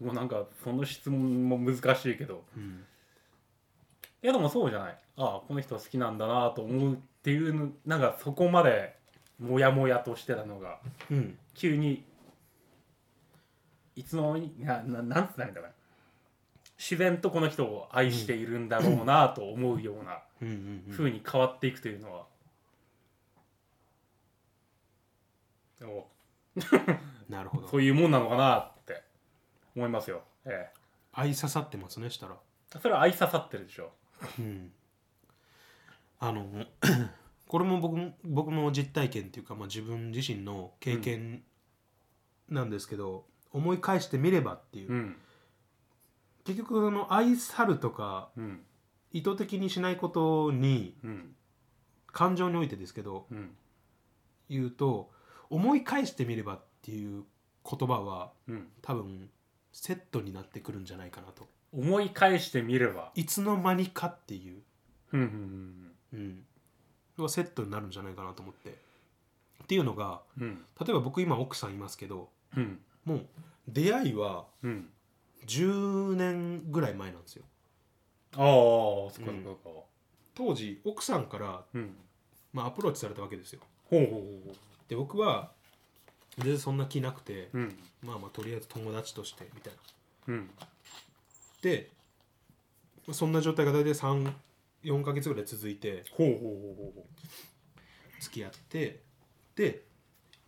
[SPEAKER 2] もうなんかその質問も難しいけど
[SPEAKER 1] うん
[SPEAKER 2] いやでもそうじゃないああこの人好きなんだなと思うっていうのなんかそこまでモヤモヤとしてたのが
[SPEAKER 1] うん、
[SPEAKER 2] 急にいつの間になななんつったらいいんだろうな自然とこの人を愛しているんだろうなと思うような
[SPEAKER 1] うんうんうん
[SPEAKER 2] 風に変わっていくというのは、お
[SPEAKER 1] なるほど
[SPEAKER 2] そういうもんなのかなって思いますよ、え
[SPEAKER 1] 愛刺さってますねしたら
[SPEAKER 2] え、それは愛刺さってるでしょ
[SPEAKER 1] うんあの これも僕も僕も実体験っていうか、まあ、自分自身の経験なんですけど、思い返してみればっていう、
[SPEAKER 2] うん
[SPEAKER 1] 結局その愛さるとか
[SPEAKER 2] うん
[SPEAKER 1] 意図的にしないことに
[SPEAKER 2] うん
[SPEAKER 1] 感情においてですけど
[SPEAKER 2] うん
[SPEAKER 1] 言うと思い返してみればっていう言葉は
[SPEAKER 2] うん
[SPEAKER 1] 多分セットになってくるんじゃないかなと
[SPEAKER 2] 思い返してみれば、
[SPEAKER 1] いつの間にかっていう
[SPEAKER 2] うんうん
[SPEAKER 1] うん、はセットになるんじゃないかなと思って。っていうのが
[SPEAKER 2] うんうん
[SPEAKER 1] 例えば僕今奥さんいますけど
[SPEAKER 2] うん
[SPEAKER 1] もう出会いは
[SPEAKER 2] うん
[SPEAKER 1] 10年ぐらい前なんですよ。
[SPEAKER 2] ああそっかそっかそっか
[SPEAKER 1] 当時奥さんから、
[SPEAKER 2] うん
[SPEAKER 1] まあ、アプローチされたわけですよ。
[SPEAKER 2] ほうほうほ
[SPEAKER 1] で僕は全然そんな気なくて、
[SPEAKER 2] ううん
[SPEAKER 1] まあまあとりあえず友達としてみたいな。
[SPEAKER 2] うん
[SPEAKER 1] でまあそんな状態が大体34ヶ月ぐらい続いて
[SPEAKER 2] ほうほうほうほ
[SPEAKER 1] 付き合ってで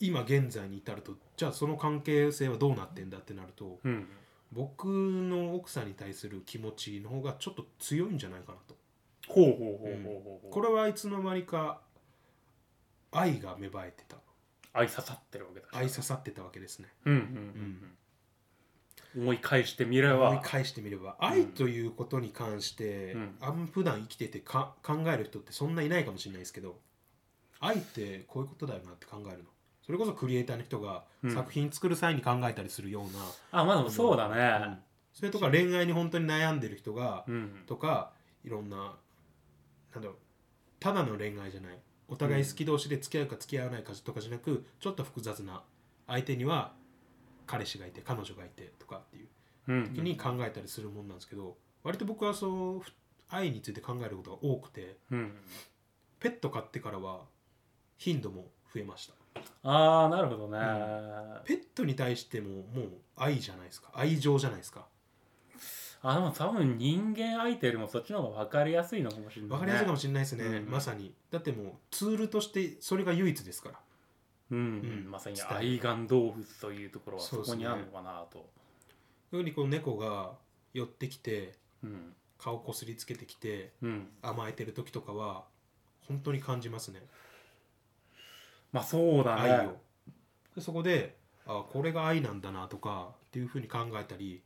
[SPEAKER 1] 今現在に至るとじゃあその関係性はどうなってんだってなると、
[SPEAKER 2] ううん
[SPEAKER 1] 僕の奥さんに対する気持ちの方がちょっと強いんじゃないかなと
[SPEAKER 2] ほうほうほうほうほうほう
[SPEAKER 1] これはいつの間にか愛が芽生えてた
[SPEAKER 2] 愛刺さってるわけだし
[SPEAKER 1] 愛刺さってたわけですね
[SPEAKER 2] うんうんうんうん思い返してみれ
[SPEAKER 1] 思い
[SPEAKER 2] ば
[SPEAKER 1] 返してみれば
[SPEAKER 2] ん
[SPEAKER 1] 愛ということに関して、
[SPEAKER 2] うん
[SPEAKER 1] あん普段生きててか考える人ってそんないないかもしれないですけど愛ってこういうことだよなって考えるのそれこそクリエイターの人が
[SPEAKER 2] うん
[SPEAKER 1] 作品作る際に考えたりするよう
[SPEAKER 2] あまあでもそうだ
[SPEAKER 1] な、
[SPEAKER 2] ね
[SPEAKER 1] それとか恋愛に本当に悩んでる人が
[SPEAKER 2] うん
[SPEAKER 1] とかいろんななんだろうただの恋愛じゃないお互い好き同士で付き合うか付き合わないかとかじゃなくちょっと複雑な相手には彼氏がいて彼女がいてとかっていう
[SPEAKER 2] うん
[SPEAKER 1] 時に考えたりするもんなんですけど割と僕はそうふ愛について考えることが多くて
[SPEAKER 2] うん
[SPEAKER 1] ペット飼ってからは頻度も増えました
[SPEAKER 2] ああなるほどね
[SPEAKER 1] ペットに対してももう愛じゃないですか愛情じゃないですか
[SPEAKER 2] あでも多分人間相手よりもそっちの方が分かりやすいのかもしれないね
[SPEAKER 1] 分かりやすいかもしれないですね、
[SPEAKER 2] うん
[SPEAKER 1] まさにだってもうツールとしてそれが唯一ですから
[SPEAKER 2] うん
[SPEAKER 1] うん
[SPEAKER 2] まさに
[SPEAKER 1] 伝え
[SPEAKER 2] 愛玩動物というところは
[SPEAKER 1] そ
[SPEAKER 2] そう
[SPEAKER 1] です
[SPEAKER 2] こ
[SPEAKER 1] ね
[SPEAKER 2] にあるのかなと
[SPEAKER 1] 特にこの猫が寄ってきて
[SPEAKER 2] うん
[SPEAKER 1] 顔こすりつけてきて
[SPEAKER 2] うん
[SPEAKER 1] 甘えてる時とかは本当に感じますね
[SPEAKER 2] まあそうだ
[SPEAKER 1] 愛
[SPEAKER 2] ね
[SPEAKER 1] をでそこであこれが愛なんだなとかっていうふうに考えたり、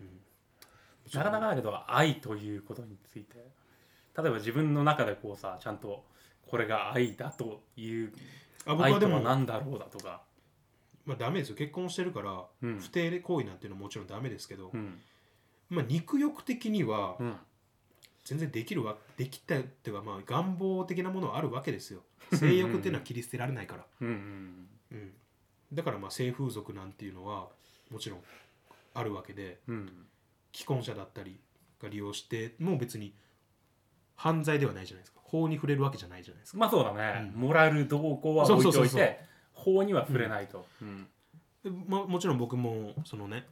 [SPEAKER 1] うん
[SPEAKER 2] なかなかだけど愛ということについて例えば自分の中でこうさちゃんとこれが愛だという
[SPEAKER 1] あ僕
[SPEAKER 2] 愛
[SPEAKER 1] はで
[SPEAKER 2] とは
[SPEAKER 1] も、
[SPEAKER 2] 何だろうだとか
[SPEAKER 1] まあ、ダメですよ結婚してるから
[SPEAKER 2] うん
[SPEAKER 1] 不定行為なんていうのはもちろんダメですけど、
[SPEAKER 2] うん
[SPEAKER 1] まあ、肉欲的には
[SPEAKER 2] うん
[SPEAKER 1] 全然できるわできたっていうかまあ願望的なものはあるわけですよ性欲っていうのは切り捨てられないから、
[SPEAKER 2] うんうん
[SPEAKER 1] うん、だからまあ性風俗なんていうのはもちろんあるわけで
[SPEAKER 2] うん
[SPEAKER 1] 既婚者だったりが利用してもう別に犯罪ではないじゃないですか法に触れるわけじゃないじゃないですか
[SPEAKER 2] まあそうだね、
[SPEAKER 1] うん
[SPEAKER 2] モラル動向は置い
[SPEAKER 1] そ
[SPEAKER 2] と
[SPEAKER 1] うそう
[SPEAKER 2] い
[SPEAKER 1] そうそう
[SPEAKER 2] て法には触れないと、うん
[SPEAKER 1] でまあもちろん僕もそのね、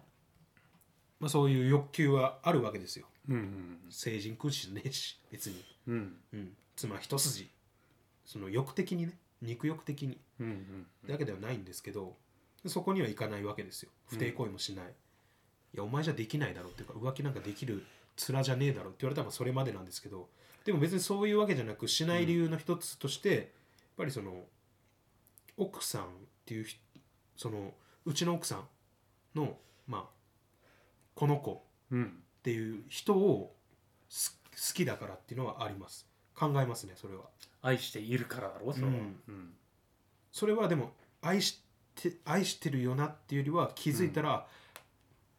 [SPEAKER 1] まあ、そういう欲求はあるわけですよ
[SPEAKER 2] うん
[SPEAKER 1] 成人君子じゃねえし別に、
[SPEAKER 2] うんうん
[SPEAKER 1] うん、妻一筋その欲的にね肉欲的に
[SPEAKER 2] うんうん
[SPEAKER 1] だけではないんですけどそこにはいかないわけですよ不定行為もしない、いやお前じゃできないだろうっていうか浮気なんかできる面じゃねえだろって言われたらまあそれまでなんですけどでも別にそういうわけじゃなくしない理由の一つとして、やっぱりその奥さんっていうひそのうちの奥さんのまあこの子っ
[SPEAKER 2] うん
[SPEAKER 1] ていう人をす好きだからっていうのはあります考えますねそれは
[SPEAKER 2] 愛しているからだろうそれは、
[SPEAKER 1] うん
[SPEAKER 2] うん
[SPEAKER 1] それはでも愛して愛してるよなっていうよりは気づいたら、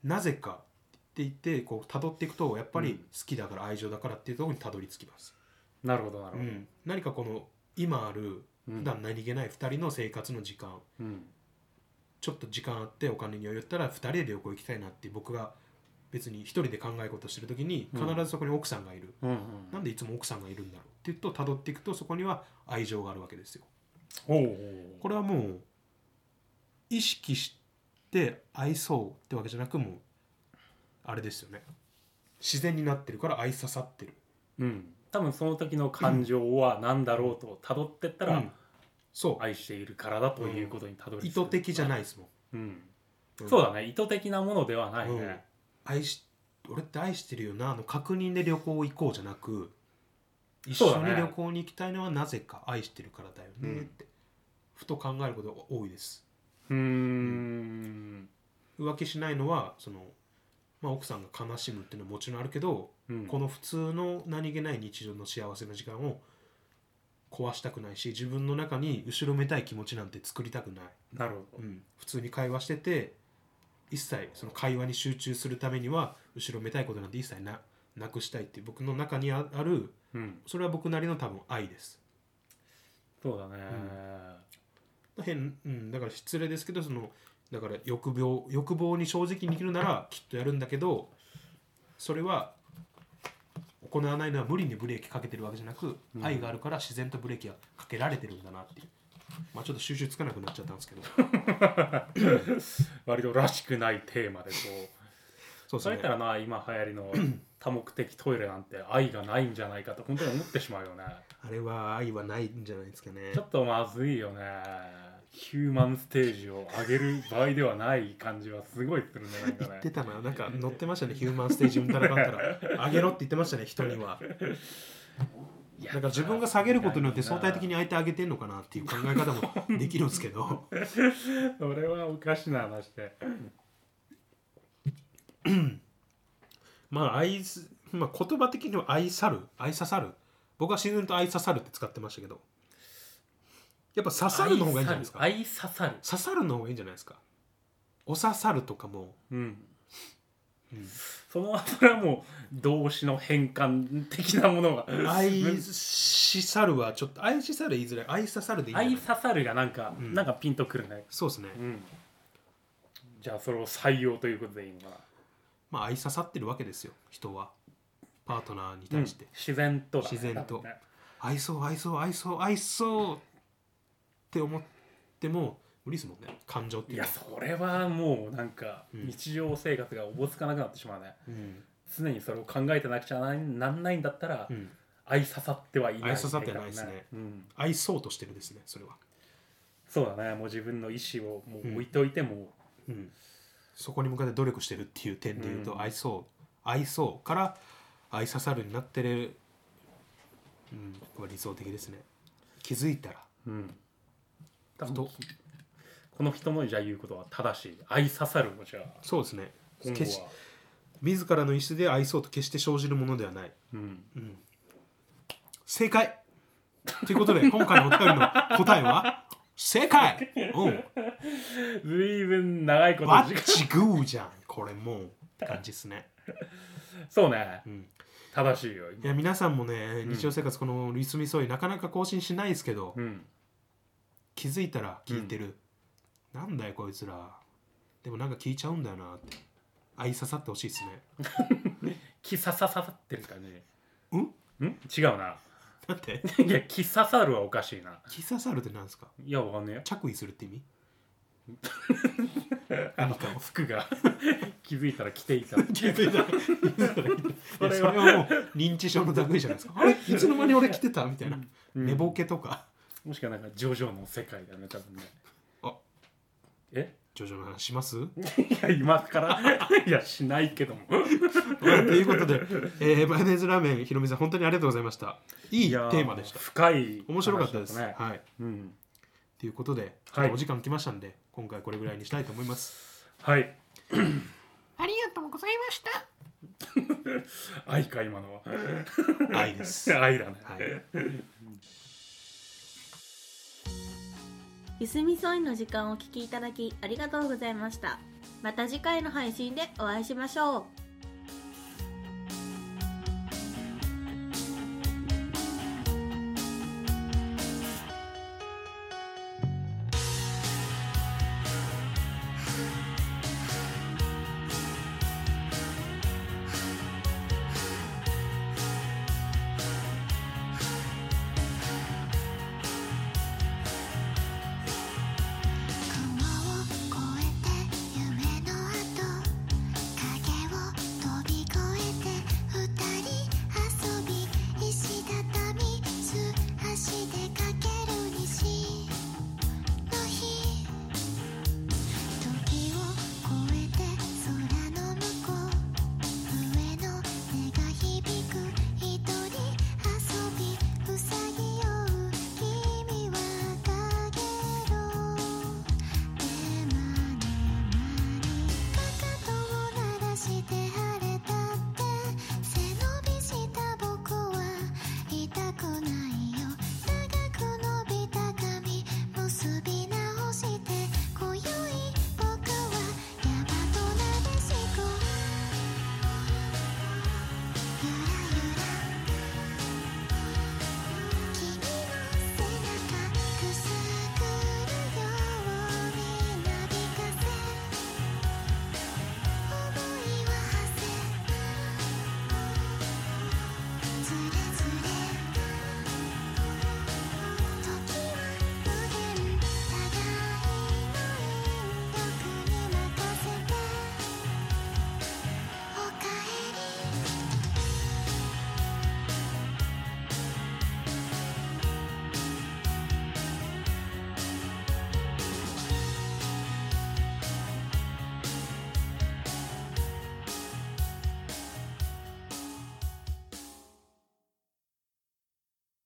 [SPEAKER 1] なぜかって言ってこう辿っていくとやっぱ
[SPEAKER 2] うん
[SPEAKER 1] り好きだから愛情だからっていうところにたどり着きます、
[SPEAKER 2] なるほどなる
[SPEAKER 1] う
[SPEAKER 2] ほど、
[SPEAKER 1] ん何かこの今ある
[SPEAKER 2] うん
[SPEAKER 1] 普段何気ない2人の生活の時間、
[SPEAKER 2] うん
[SPEAKER 1] ちょっと時間あってお金に余裕あったら2人で旅行行きたいなって僕が別に1人で考え事してる時に
[SPEAKER 2] うん
[SPEAKER 1] 必ずそこに奥さんがいる、
[SPEAKER 2] うんうん、
[SPEAKER 1] なんでいつも奥さんがいるんだろうって言うと辿っていくとそこには愛情があるわけですよ
[SPEAKER 2] おうおうおう
[SPEAKER 1] これはもう意識して愛そうってわけじゃなくもうあれですよね自然になってるから愛ささってる
[SPEAKER 2] うん、多分その時の感情は何だろうと辿ってった
[SPEAKER 1] だ
[SPEAKER 2] ら、
[SPEAKER 1] そう
[SPEAKER 2] 愛しているからだということにたどり着
[SPEAKER 1] 意
[SPEAKER 2] く
[SPEAKER 1] 図的じゃない
[SPEAKER 2] い、
[SPEAKER 1] ですもん、
[SPEAKER 2] うん
[SPEAKER 1] うん
[SPEAKER 2] そうだね意図的なものではないね、
[SPEAKER 1] 愛し俺って愛してるよなの確認で旅行行こうじゃなく一
[SPEAKER 2] そう
[SPEAKER 1] 緒
[SPEAKER 2] だね
[SPEAKER 1] に旅行に行きたいのはなぜか愛してるからだよねって、ふと考えることが多いです
[SPEAKER 2] うーん
[SPEAKER 1] 浮気しないのはその、まあ、奥さんが悲しむっていうのはもちろんあるけど
[SPEAKER 2] うん
[SPEAKER 1] この普通の何気ない日常の幸せな時間を壊したくないし自分の中に後ろめたい気持ちなんて作りたくない、
[SPEAKER 2] なるほど、
[SPEAKER 1] うん普通に会話してて一切その会話に集中するためには後ろめたいことなんて一切ななくしたいっていう僕の中にあある
[SPEAKER 2] うん、
[SPEAKER 1] それは僕なりの多分愛です
[SPEAKER 2] そうだね、
[SPEAKER 1] 変、うん、だから失礼ですけどそのだから欲望欲望に正直に生きるならきっとやるんだけどそれは行わないのは無理にブレーキかけてるわけじゃなく、
[SPEAKER 2] うん
[SPEAKER 1] 愛があるから自然とブレーキがかけられてるんだなっていうまあちょっと収集つかなくなっちゃったん ですけど
[SPEAKER 2] 割とらしくないテーマでこう
[SPEAKER 1] そうです
[SPEAKER 2] そう
[SPEAKER 1] ね
[SPEAKER 2] やったらな今流行り の多目的トイレなんて愛がないんじゃないかと本当に思ってしまうよね
[SPEAKER 1] あれは愛はないんじゃないですかね
[SPEAKER 2] ちょっとまずいよねヒューマンステージを上げる場合ではない感じはすごいするねなん
[SPEAKER 1] 言
[SPEAKER 2] か
[SPEAKER 1] って
[SPEAKER 2] ね
[SPEAKER 1] たななんか乗ってましたねヒューマンステージうんたらかんた ら上げろって言ってましたね人にはい
[SPEAKER 2] や
[SPEAKER 1] だから自分が下げることによって相対的に相手上げてんのかなっていう考え方もできるんですけど
[SPEAKER 2] それはおかしな話で
[SPEAKER 1] まあ愛す、まあ、言葉的には愛さる愛ささる僕は自然と愛ささるって使ってましたけどやっぱ刺さるの方がいいんじゃないですか
[SPEAKER 2] 愛刺さる
[SPEAKER 1] 刺さるの方がいいんじゃないですかお刺さるとかも
[SPEAKER 2] うん
[SPEAKER 1] うん
[SPEAKER 2] その後はもう動詞の変換的なものが
[SPEAKER 1] 愛しさるはちょっと愛しさる言いづらい愛ささるでいいんじゃな
[SPEAKER 2] 愛
[SPEAKER 1] い
[SPEAKER 2] 刺さるがなんか、
[SPEAKER 1] うん
[SPEAKER 2] なんかピンとくるね
[SPEAKER 1] そうですね
[SPEAKER 2] うんじゃあそれを採用ということでいいのかな
[SPEAKER 1] まあ愛ささってるわけですよ人はパートナーに対して、
[SPEAKER 2] 自然とだね
[SPEAKER 1] 自然と
[SPEAKER 2] 多分ね
[SPEAKER 1] 愛そう愛そう愛そう愛そうって思っても無理ですもんね感情ってい
[SPEAKER 2] いう
[SPEAKER 1] の
[SPEAKER 2] や
[SPEAKER 1] は
[SPEAKER 2] それはもうなんか
[SPEAKER 1] うん
[SPEAKER 2] 日常生活がおぼつかなくなってしまうね、
[SPEAKER 1] うん
[SPEAKER 2] 常にそれを考えてなくちゃななんないんだったら、
[SPEAKER 1] うん
[SPEAKER 2] 愛刺さってはいない
[SPEAKER 1] 愛刺さってはないですね
[SPEAKER 2] うん、
[SPEAKER 1] 愛そうとしてるですねそれは、
[SPEAKER 2] そうだねもう自分の意思をもう置いておいても、
[SPEAKER 1] うん、そこに向かって努力してるっていう点で言うと、
[SPEAKER 2] うん
[SPEAKER 1] 愛そう愛そうから愛ささるになってる、うん、これは理想的ですね気づいたら
[SPEAKER 2] うん
[SPEAKER 1] ふ
[SPEAKER 2] 多分
[SPEAKER 1] と
[SPEAKER 2] この人のじゃあ言うことは正しい愛刺さるもじゃあ
[SPEAKER 1] そうですね
[SPEAKER 2] 今後
[SPEAKER 1] 決し
[SPEAKER 2] は、
[SPEAKER 1] 自らの意思で愛そうと決して生じるものではない
[SPEAKER 2] うん、
[SPEAKER 1] うん正解ということで今回のお便りの答えは正解うん
[SPEAKER 2] 随分長いこと
[SPEAKER 1] バ
[SPEAKER 2] 時
[SPEAKER 1] ッ
[SPEAKER 2] 間
[SPEAKER 1] チグーじゃんこれもうって感じですね、
[SPEAKER 2] そうね
[SPEAKER 1] うん、
[SPEAKER 2] 正しいよ
[SPEAKER 1] い
[SPEAKER 2] 今
[SPEAKER 1] や皆さんもね
[SPEAKER 2] ん
[SPEAKER 1] 日常生活この「リスミソイ」なかなか更新しないですけど、
[SPEAKER 2] うん
[SPEAKER 1] 気づいたら聞いてる、なんだよこいつらでもなんか聞いちゃうんだよなって愛ささってほしいですね
[SPEAKER 2] 気ささささってる感じ
[SPEAKER 1] うん
[SPEAKER 2] ん違う な
[SPEAKER 1] だって
[SPEAKER 2] いや気ささるはおかしいな
[SPEAKER 1] 気ささるって何ですか
[SPEAKER 2] いやわかんねえよ
[SPEAKER 1] 着衣するって意味
[SPEAKER 2] あの服が 気づいたら着ていた
[SPEAKER 1] 気づいたら気づいたら聞いてるいや
[SPEAKER 2] それ
[SPEAKER 1] それ
[SPEAKER 2] は
[SPEAKER 1] はもう認知症の類じゃないですかあれいつの間に俺来てたみたいな、
[SPEAKER 2] うん
[SPEAKER 1] 寝ぼけとか
[SPEAKER 2] もしかなんかジョジョの世界だね多分ね
[SPEAKER 1] あ
[SPEAKER 2] え
[SPEAKER 1] ジョジョの話します
[SPEAKER 2] いや今からいやしないけども
[SPEAKER 1] はいということで、えーマヨネーズラーメンひろみさん本当にありがとうございましたいい
[SPEAKER 2] い
[SPEAKER 1] テ
[SPEAKER 2] や
[SPEAKER 1] ーマでした
[SPEAKER 2] 深い
[SPEAKER 1] 面白かったです、
[SPEAKER 2] 話だね
[SPEAKER 1] はい
[SPEAKER 2] うん
[SPEAKER 1] ということでちょ
[SPEAKER 2] はい
[SPEAKER 1] っとお時間来ましたんで、今回これぐらいにしたいと思います
[SPEAKER 2] はい
[SPEAKER 3] ありがとうございました
[SPEAKER 2] 愛か今のは
[SPEAKER 1] 愛 ですは
[SPEAKER 2] 愛だね、
[SPEAKER 1] い、
[SPEAKER 3] ゆすみそいの時間をお聞きいただきありがとうございましたまた次回の配信でお会いしましょう